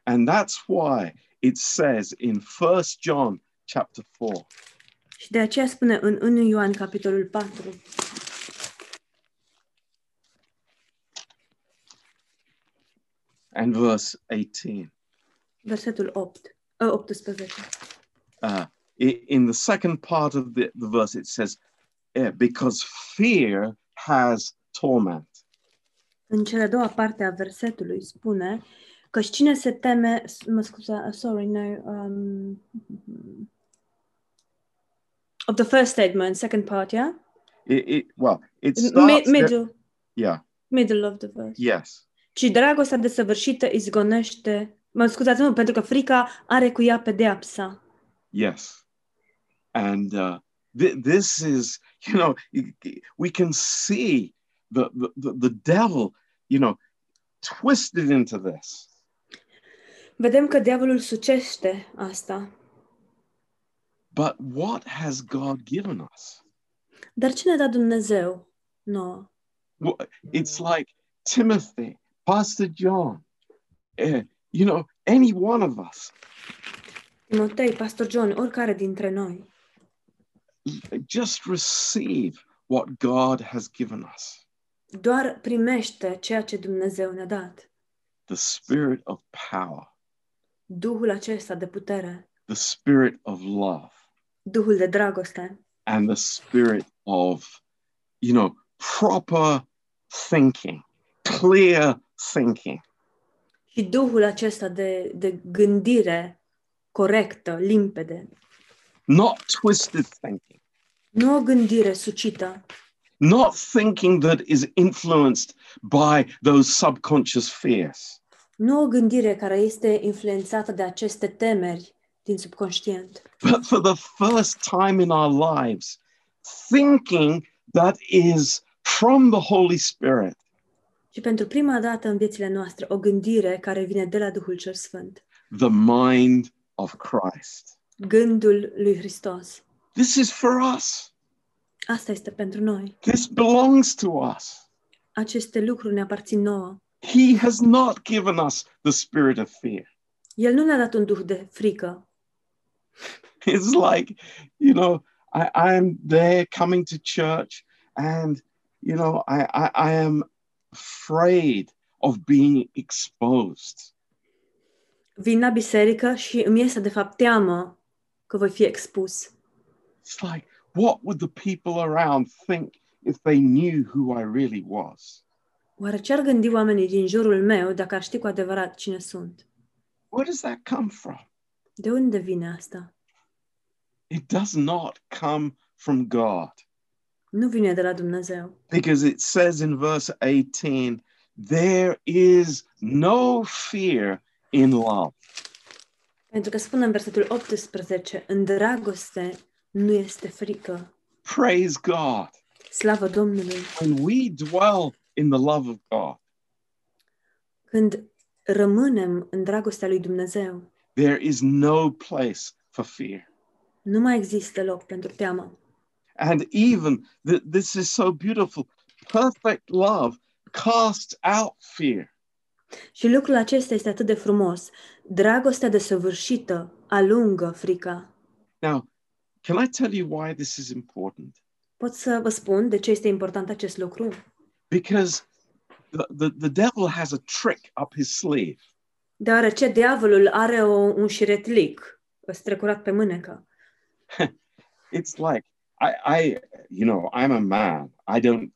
and that's why it says in first john chapter 4 și de aceea spune în 1 Ioan capitolul 4 and verse 18 versetul 8, uh, 18. uh, i- in the second part of the, the verse it says eh, because fear has torment În cea de-a doua parte a versetului spune că și cine se teme, s- mă scuza, uh, sorry, no, um, of the first statement, second part, yeah? It, it well, it Mi- starts. there- middle, yeah. middle of the verse. Yes. Ci dragostea desăvârșită izgonește... Mă scuzați, nu, pentru că frica are cu ea pedeapsa. Yes. And uh, thi- this is, you know, y- y- we can see the, the, the, the devil, you know, twisted into this. Vedem că diavolul sucește asta. But what has God given us? Dar ce ne-a dat Dumnezeu nouă? Wha- It's like Timothy, Pastor John, eh, you know, any one of us, Timotei, Pastor John, oricare dintre noi. just receive what God has given us Doar primește ceea ce Dumnezeu ne-a dat. the spirit of power, Duhul acesta de putere, the spirit of love, Duhul de dragoste and the spirit of, you know, proper thinking, clear thinking. și Duhul acesta de, de gândire corectă, limpede. Not twisted thinking, Nu o gândire sucită, not thinking that is influenced by those subconscious fears. nu o gândire care este influențată de aceste temeri din subconștient, But for the first time in our lives, thinking that is from the Holy Spirit, ci pentru prima dată în viețile noastre o gândire care vine de la Duhul cel Sfânt, the mind of Christ. gândul lui Hristos. This is for us. Asta este pentru noi. This belongs to us. Aceste lucruri ne aparțin nouă. He has not given us the spirit of fear. [LAUGHS] El nu ne-a dat un duh de frică, It's like, you know, I, I am there coming to church and, you know, I, I, I am afraid of being exposed. vin la biserică și îmi este de fapt teamă că voi fi expus. It's like, what would the people around think if they knew who I really was? Oare ce ar gândi oamenii din jurul meu dacă ar ști cu adevărat cine sunt? Where does that come from? De unde vine asta? It does not come from God Nu vine de la Dumnezeu. because it says in verse 18, there is no fear in love. Pentru că spune în versetul 18, în dragoste nu este frică. Praise God. Slavă Domnului! When we dwell in the love of God, Când rămânem în dragostea lui Dumnezeu, there is no place for fear. nu mai există loc pentru teamă. And even th- this is so beautiful perfect love casts out fear. Și lucrul acesta este atât de frumos. Dragostea desăvârșită alungă frica. Now, can I tell you why this is important? Pot să vă spun de ce este important acest lucru? Because the, the, the devil has a trick up his sleeve. Deoarece diavolul are o, un șiretlic strecurat pe mânecă. It's like, I, I, you know, I'm a man. I don't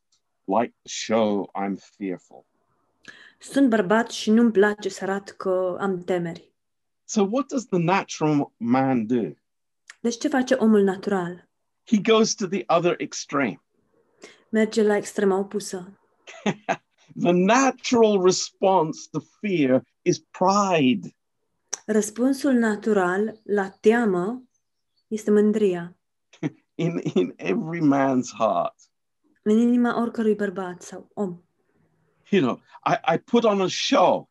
like to show I'm fearful. Sunt bărbat și nu-mi place să arăt că am temeri. So, what does the natural man do? Deci ce face omul natural? He goes to the other extreme. Merge la extrema opusă. The natural response to fear is pride. Răspunsul natural la teamă este mândria In, in every man's heart. în inima oricărui bărbat sau om. You know, I, I put on a show.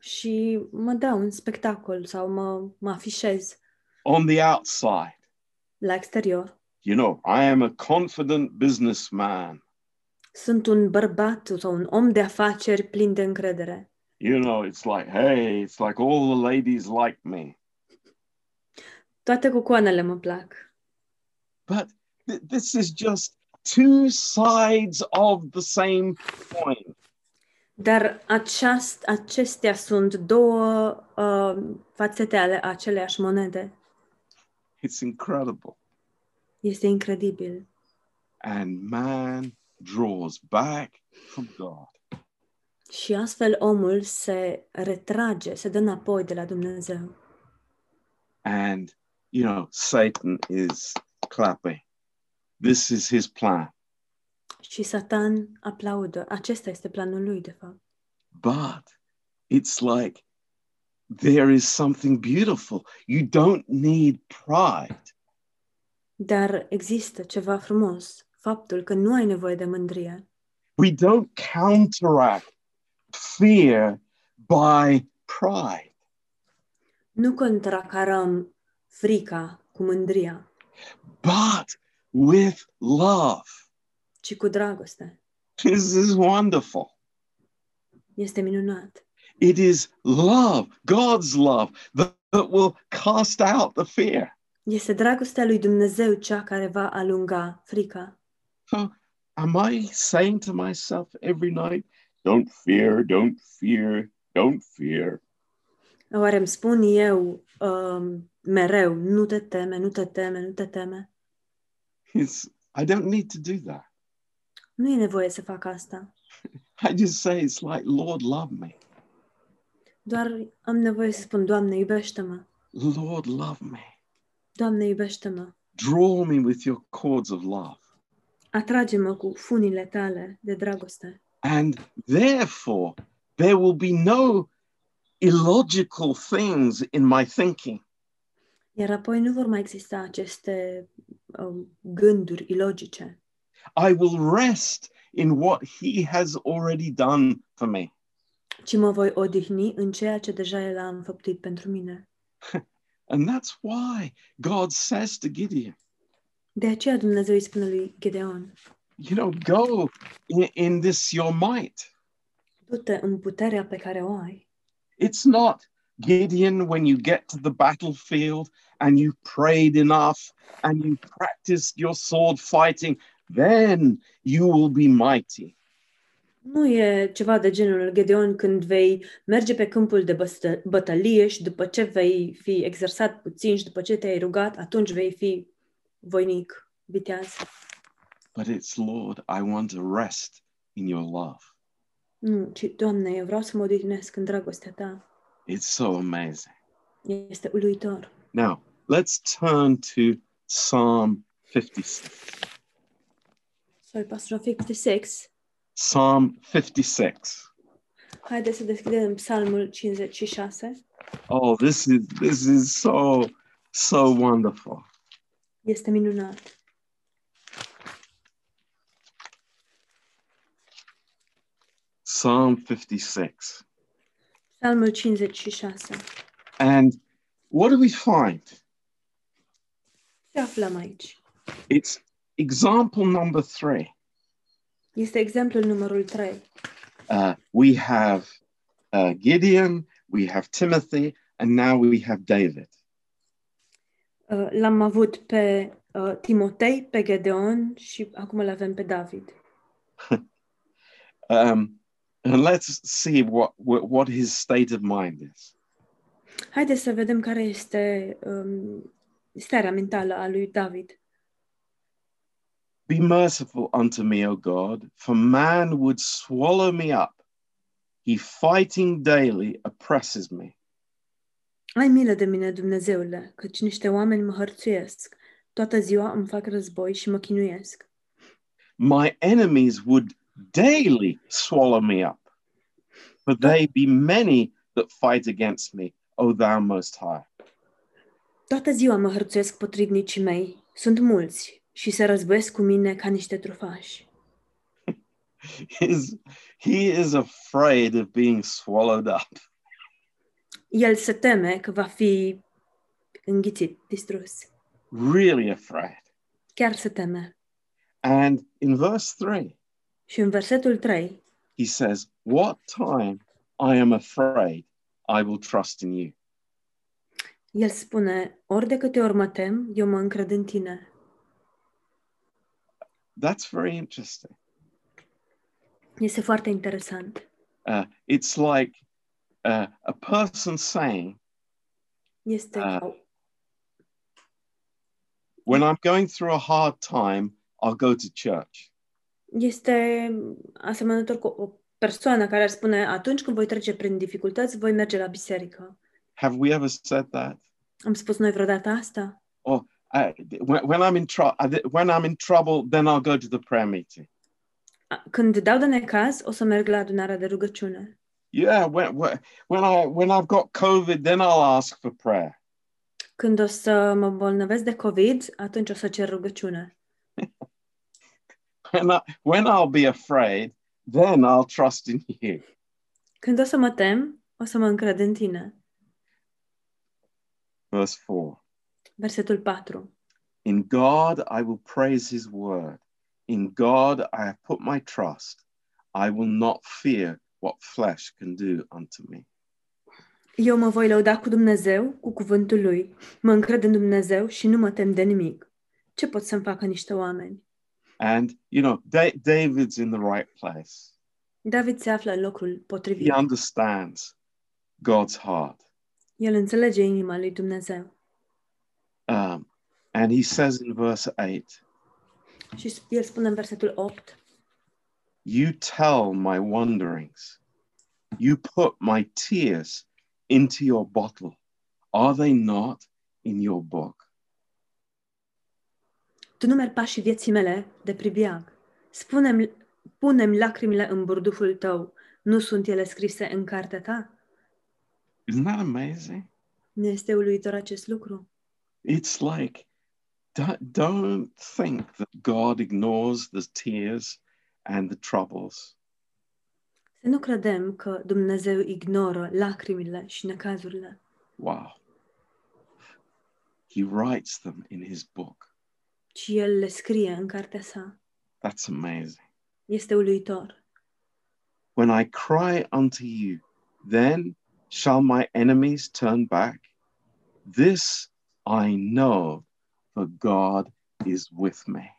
Și mă dau un spectacol sau mă, mă afișez on the outside. la exterior. You know, I am a confident businessman. Sunt un bărbat sau un om de afaceri plin de încredere. You know, it's like, hey, it's like all the ladies like me. Toate cocoanele mă plac. But th- this is just two sides of the same coin. Dar aceast, acestea sunt două uh, fațete ale aceleași monede. It's incredible. Este incredibil. And man draws back from God. Și astfel omul se retrage, se dă înapoi de la Dumnezeu. And, you know, Satan is clapping. This is his plan. Și Satan aplaudă. Acesta este planul lui, de fapt. But it's like there is something beautiful. You don't need pride. Dar există ceva frumos, faptul că nu ai nevoie de mândrie. We don't counteract fear by pride. Nu contracarăm frica cu mândria, but with love. ci cu dragoste. This is wonderful. Este minunat. It is love, God's love, that, that will cast out the fear. Este dragostea lui Dumnezeu cea care va alunga frica. So, am I saying to myself every night, don't fear, don't fear, don't fear? Oare îmi spun eu um, mereu, nu te teme, nu te teme, nu te teme? It's, I don't need to do that. Nu e nevoie să fac asta. I just say it's like, Lord, love me. Doar am nevoie să spun, Doamne, iubește-mă. Lord, love me. Doamne, iubește-mă. Draw me with your cords of love. Atrage-mă cu funile tale de dragoste. And therefore, there will be no illogical things in my thinking. Iar apoi nu vor mai exista aceste um, gânduri ilogice. I will rest in what He has already done for me. ci mă voi odihni în ceea ce deja El a înfăptuit pentru mine. And that's why God says to Gideon, De aceea Dumnezeu îi spune lui Gedeon, you know, go in, in this your might. du-te în puterea pe care o ai. It's not Gideon when you get to the battlefield and you prayed enough and you practiced your sword fighting, then you will be mighty. Nu e ceva de genul Gedeon când vei merge pe câmpul de băstă- bătălie și după ce vei fi exersat puțin și după ce te-ai rugat, atunci vei fi voinic, viteaz. But it's Lord, I want to rest in your love. Nu, ci, Doamne, eu vreau să mă odihnesc în dragostea Ta. It's so amazing. Este uluitor. Now, let's turn to Psalm 56. Sorry, Pastor 56. Psalm 56. Haideți să deschidem Psalmul 56. Oh, this is this is so so wonderful. Este minunat. Psalm 56. Psalmul 56. And what do we find? Ce aflăm aici? It's example number three. Este exemplul numărul 3. Uh, we have uh, Gideon, we have Timothy, and now we have David. Uh, L-am avut pe uh, Timotei, pe Gedeon și acum îl avem pe David. Um, and let's see what, what what his state of mind is. Haideți să vedem care este um, starea mentală a lui David. Be merciful unto me, O God, for man would swallow me up. He fighting daily oppresses me. Ai milă de mine, Dumnezeule, căci niște oameni mă hărțuiesc. Toată ziua îmi fac război și mă chinuiesc. my enemies would daily swallow me up, for they be many that fight against me, O thou most high. [LAUGHS] Toată ziua mă hărțuiesc potrivnicii mei. Sunt mulți și se războiesc cu mine ca niște trufași. His, he is afraid of being swallowed up. el se teme că va fi înghițit, distrus. Really afraid. Chiar se teme. And in verse 3, Și în versetul 3, he says, What time I am afraid, I will trust in you. el spune, ori de câte ori mă tem, eu mă încred în tine. That's very interesting. Este foarte interesant. Uh, it's like uh, a person saying, Este Ah. ca, When I'm going through a hard time, I'll go to church. este asemănător cu o persoană care ar spune, atunci când voi trece prin dificultăți, voi merge la biserică. Have we ever said that? Am spus noi vreodată asta? I, when, when I'm in trouble, when I'm in trouble, then I'll go to the prayer meeting. Când dau de necaz, o să merg la adunarea de rugăciune. Yeah, when, when when I when I've got COVID, then I'll ask for prayer. Când o să mă bolnăvesc de COVID, atunci o să cer rugăciune. When I when I'll be afraid, then I'll trust in [LAUGHS] you. Când o să mă tem, o să mă încred în tine. Verse four. Versetul 4. In God I will praise his word. In God I have put my trust. I will not fear what flesh can do unto me. Eu mă voi lăuda cu Dumnezeu, cu cuvântul lui. Mă încred în Dumnezeu și nu mă tem de nimic. Ce pot să-mi facă niște oameni? And you know, Da- David's in the right place. David se află în locul potrivit. He understands God's heart. El înțelege inima lui Dumnezeu. Um, and he says in verse 8, Și s- el spune în versetul 8, You tell my wanderings. You put my tears into your bottle. Are they not in your book? Tu numeri pașii vieții mele de pribeag. Spune-mi, punem lacrimile în burduful tău. Nu sunt ele scrise în cartea ta? Isn't that amazing? Ne este uluitor acest lucru. It's like, don't, don't think that God ignores the tears and the troubles. Să nu credem că Dumnezeu ignoră lacrimile și necazurile. Wow. He writes them in his book. ci El le scrie în cartea sa. That's amazing. Este uluitor. When I cry unto you, then shall my enemies turn back. This I know, for God is with me.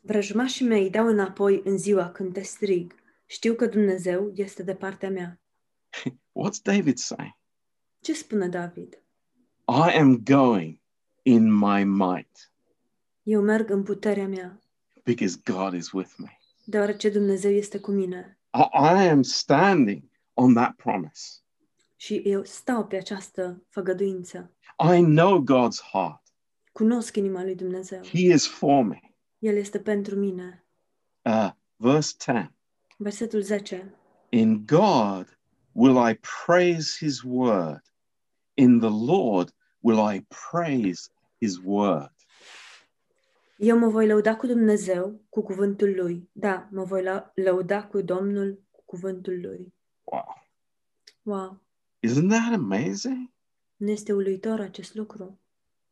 Vrăjmașii mei dau înapoi în ziua când te strig. Știu că Dumnezeu este de partea mea. What's David saying? Ce spune David? I am going in my might Eu merg în puterea mea, because God is with me. deoarece Dumnezeu este cu mine I, I am standing on that promise. și eu stau pe această făgăduință. I know God's heart. Cunosc inima lui Dumnezeu. He is for me. El este pentru mine. Uh, verse 10 Versetul 10. In God will I praise his word. In the Lord will I praise his word. Eu mă voi lăuda cu Dumnezeu, cu cuvântul lui. Da, mă voi lă- lăuda cu Domnul, cu cuvântul lui. Wow. Wow! Isn't that amazing? Nu este uluitor acest lucru?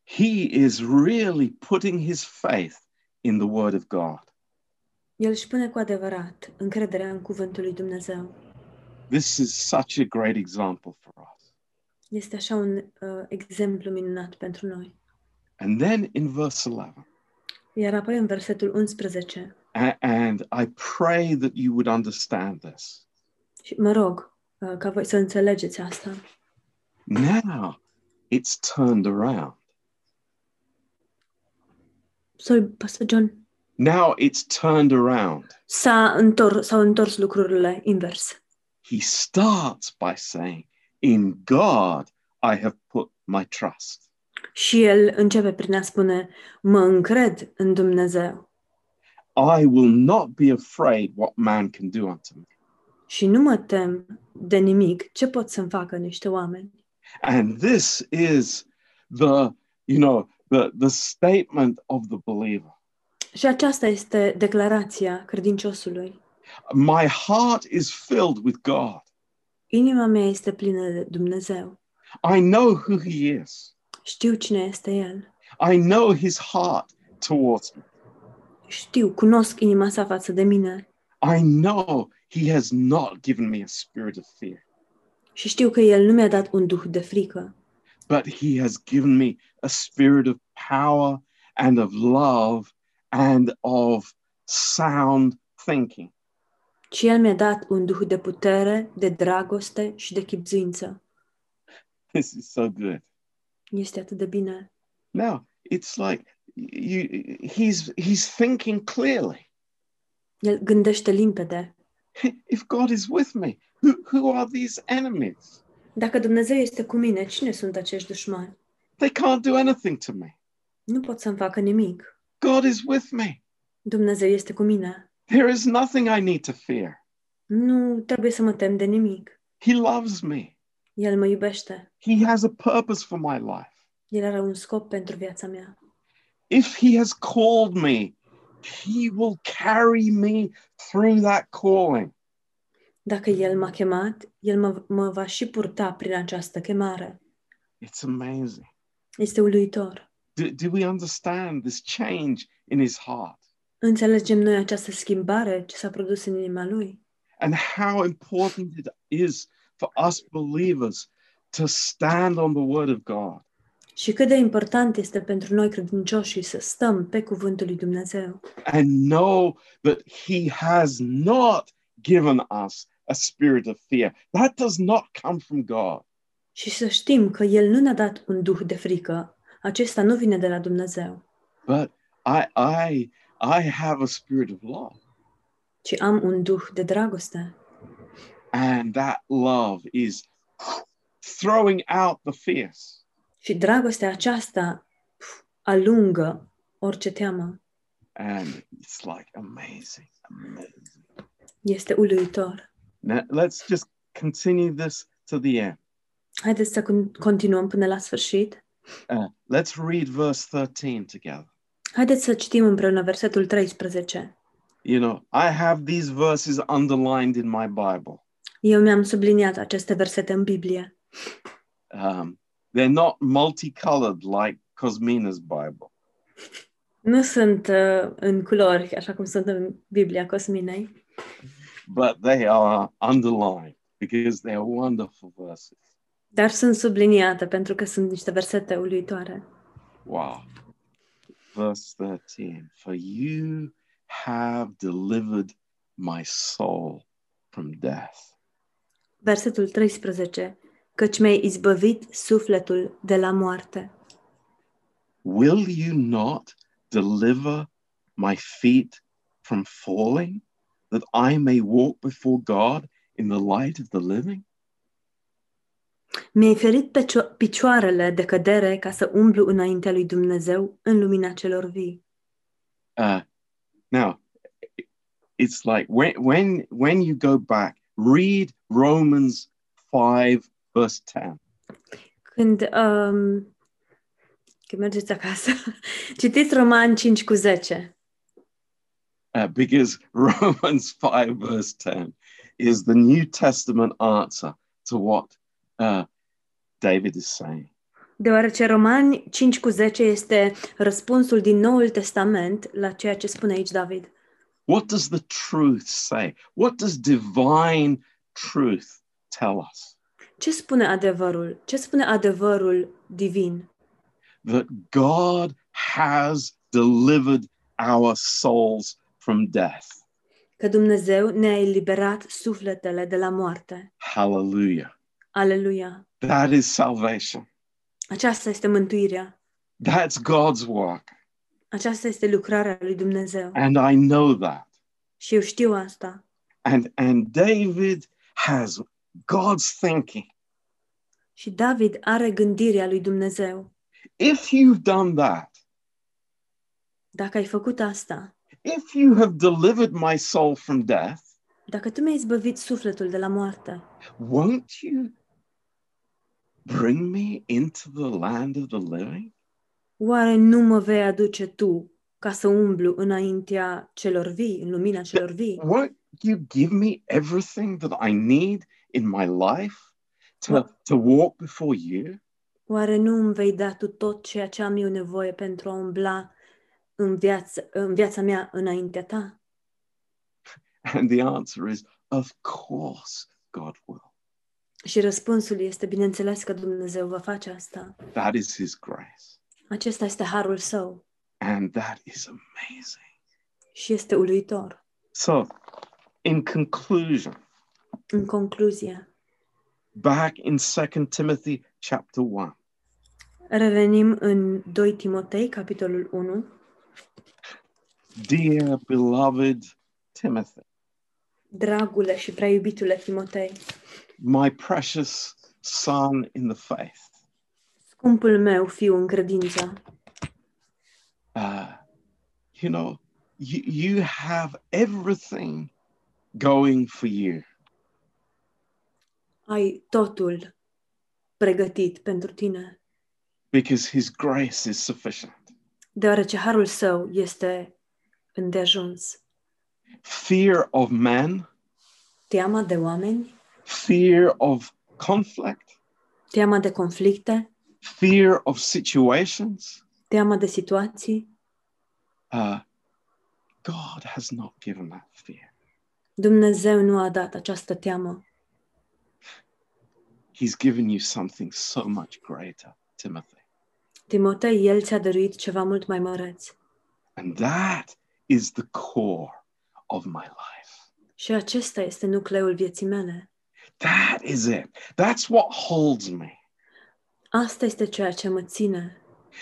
He is really putting his faith in the word of God. El își pune cu adevărat încrederea în cuvântul lui Dumnezeu. This is such a great example for us. Este așa un uh, exemplu minunat pentru noi. And then in verse 11, Iar apoi în versetul 11, a- and I pray that you would understand this. și mă rog uh, ca voi să înțelegeți asta, Now it's turned around. sorry, Pastor John, Now it's turned around. s-a întors, s-au întors lucrurile invers. he starts by saying, In God I have put my trust. Și el începe prin a spune, mă încred în Dumnezeu I will not be afraid what man can do unto me. și nu mă tem de nimic ce pot să-mi facă niște oameni. And this is the, you know, the, the statement of the believer. Și aceasta este declarația credinciosului. My heart is filled with God. Inima mea este plină de Dumnezeu. I know who he is. Știu cine este El. I know his heart towards me. Știu, cunosc inima sa față de mine I know he has not given me a spirit of fear, și știu că El nu mi-a dat un duh de frică, but he has given me a spirit of power and of love and of sound thinking. [LAUGHS] ci El mi-a dat un duh de putere, de dragoste și de chipzuință. This is so good. Este atât de bine. Now, it's like you he's he's thinking clearly. [LAUGHS] El gândește limpede. If God is with me, who, who are these enemies? Dacă Dumnezeu este cu mine, cine sunt acești dușmani? They can't do anything to me. Nu pot să-mi facă nimic. God is with me. Dumnezeu este cu mine. There is nothing I need to fear. Nu trebuie să mă tem de nimic. He loves me. El mă iubește. He has a purpose for my life. El are un scop pentru viața mea. If He has called me, He will carry me through that calling. Dacă El m-a chemat, El mă, mă va și purta prin această chemare. It's amazing. Este uluitor. Do, do we understand this change in His heart Înțelegem noi această schimbare ce s-a produs în inima Lui? and how important it is for us believers to stand on the Word of God? Și cât de important este pentru noi credincioșii să stăm pe cuvântul lui Dumnezeu and know that he has not given us a spirit of fear. That does not come from God. și să știm că El nu ne-a dat un duh de frică. Acesta nu vine de la Dumnezeu, But I I I have a spirit of love ci am un duh de dragoste. and that love is throwing out the fears. Și dragostea aceasta pf, alungă orice teamă. And it's like amazing, amazing. Este uluitor. Now let's just continue this to the end. Haideți să con- continuăm până la sfârșit. Uh, let's read verse 13 together. Haideți să citim împreună versetul 13. You know, I have these verses underlined in my Bible. Eu mi-am subliniat aceste versete în Biblie. Um, they're not multicolored like Cosmina's Bible. Nu sunt uh, în culori, așa cum sunt în Biblia Cosminei. but they are underlined because they are wonderful verses. Dar sunt subliniate pentru că sunt niște versete uluitoare. Wow. Verse 13 For you have delivered my soul from death Versetul 13. Căci mi-ai izbăvit sufletul de la moarte. will you not deliver my feet from falling that I may walk before God in the light of the living Mi-ai ferit pecio- picioarele de cădere ca să umblu înaintea lui Dumnezeu în lumina celor vii. uh, now it's like when when when you go back read Romans 5 verse 10 Când, um, când mergeți acasă, [LAUGHS] citiți Roman 5 cu 10. Uh, because [LAUGHS] Romans 5, verse 10 is the New Testament answer to what uh, David is saying. Deoarece Romani 5 cu 10 este răspunsul din Noul Testament la ceea ce spune aici David. What does the truth say? What does divine truth tell us? Ce spune adevărul? Ce spune adevărul divin? That God has delivered our souls from death. Că Dumnezeu ne-a eliberat sufletele de la moarte. Hallelujah. Aleluia! That is salvation. Aceasta este mântuirea. That's God's work. Aceasta este lucrarea lui Dumnezeu. And I know that. Și eu știu asta. And, and David has God's thinking. Și David are gândirea lui Dumnezeu. if you've done that, Dacă ai făcut asta, if you have delivered my soul from death, dacă tu mi-ai izbăvit sufletul de la moarte, won't you bring me into the land of the living? oare nu mă vei aduce tu ca să umblu înaintea celor vii, în lumina celor vii? Won't you give me everything that I need in my life to, Well- to walk before you? Oare nu îmi vei da tu tot ceea ce am eu nevoie pentru a umbla în, viață, în viața mea înaintea ta? And the answer is, of course, God will. Și răspunsul este, bineînțeles că Dumnezeu va face asta. That is His grace. Acesta este harul său And that is amazing. și este uluitor. So, in conclusion, În concluzie, back in 2 Timothy chapter 1. revenim în 2 Timotei, capitolul 1. Dear beloved Timothy, Dragule și prea iubitule Timotei, my precious son in the faith, scumpul meu fiu în credință, uh, you know, you, you have everything going for you. Ai totul pregătit pentru tine, because his grace is sufficient. deoarece harul său este îndeajuns. Fear of man, Teama de oameni, fear of conflict, teama de conflicte, fear of situations, teama de situații, uh, God has not given that fear. Dumnezeu nu a dat această teamă. He's given you something so much greater, Timothy. Timotei, El ți-a dăruit ceva mult mai măreț. And that is the core of my life. Și acesta este nucleul vieții mele. That is it. That's what holds me. Asta este ceea ce mă ține.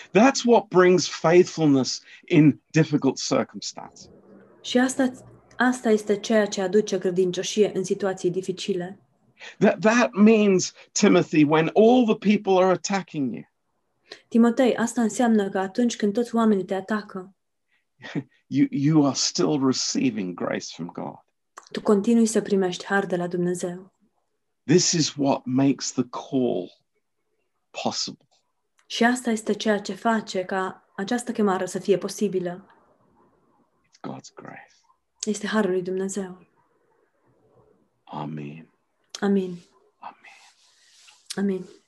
That's what brings faithfulness in difficult circumstances. Și asta, asta este ceea ce aduce credincioșie în situații dificile. That that means, Timothy, when all the people are attacking you, Timotei, asta înseamnă că atunci când toți oamenii te atacă, you you are still receiving grace from God. tu continui să primești har de la Dumnezeu. This is what makes the call possible. Și asta este ceea ce face ca această chemare să fie posibilă. It's God's grace. Este harul lui Dumnezeu. Amen. Amin. Amen. Amin.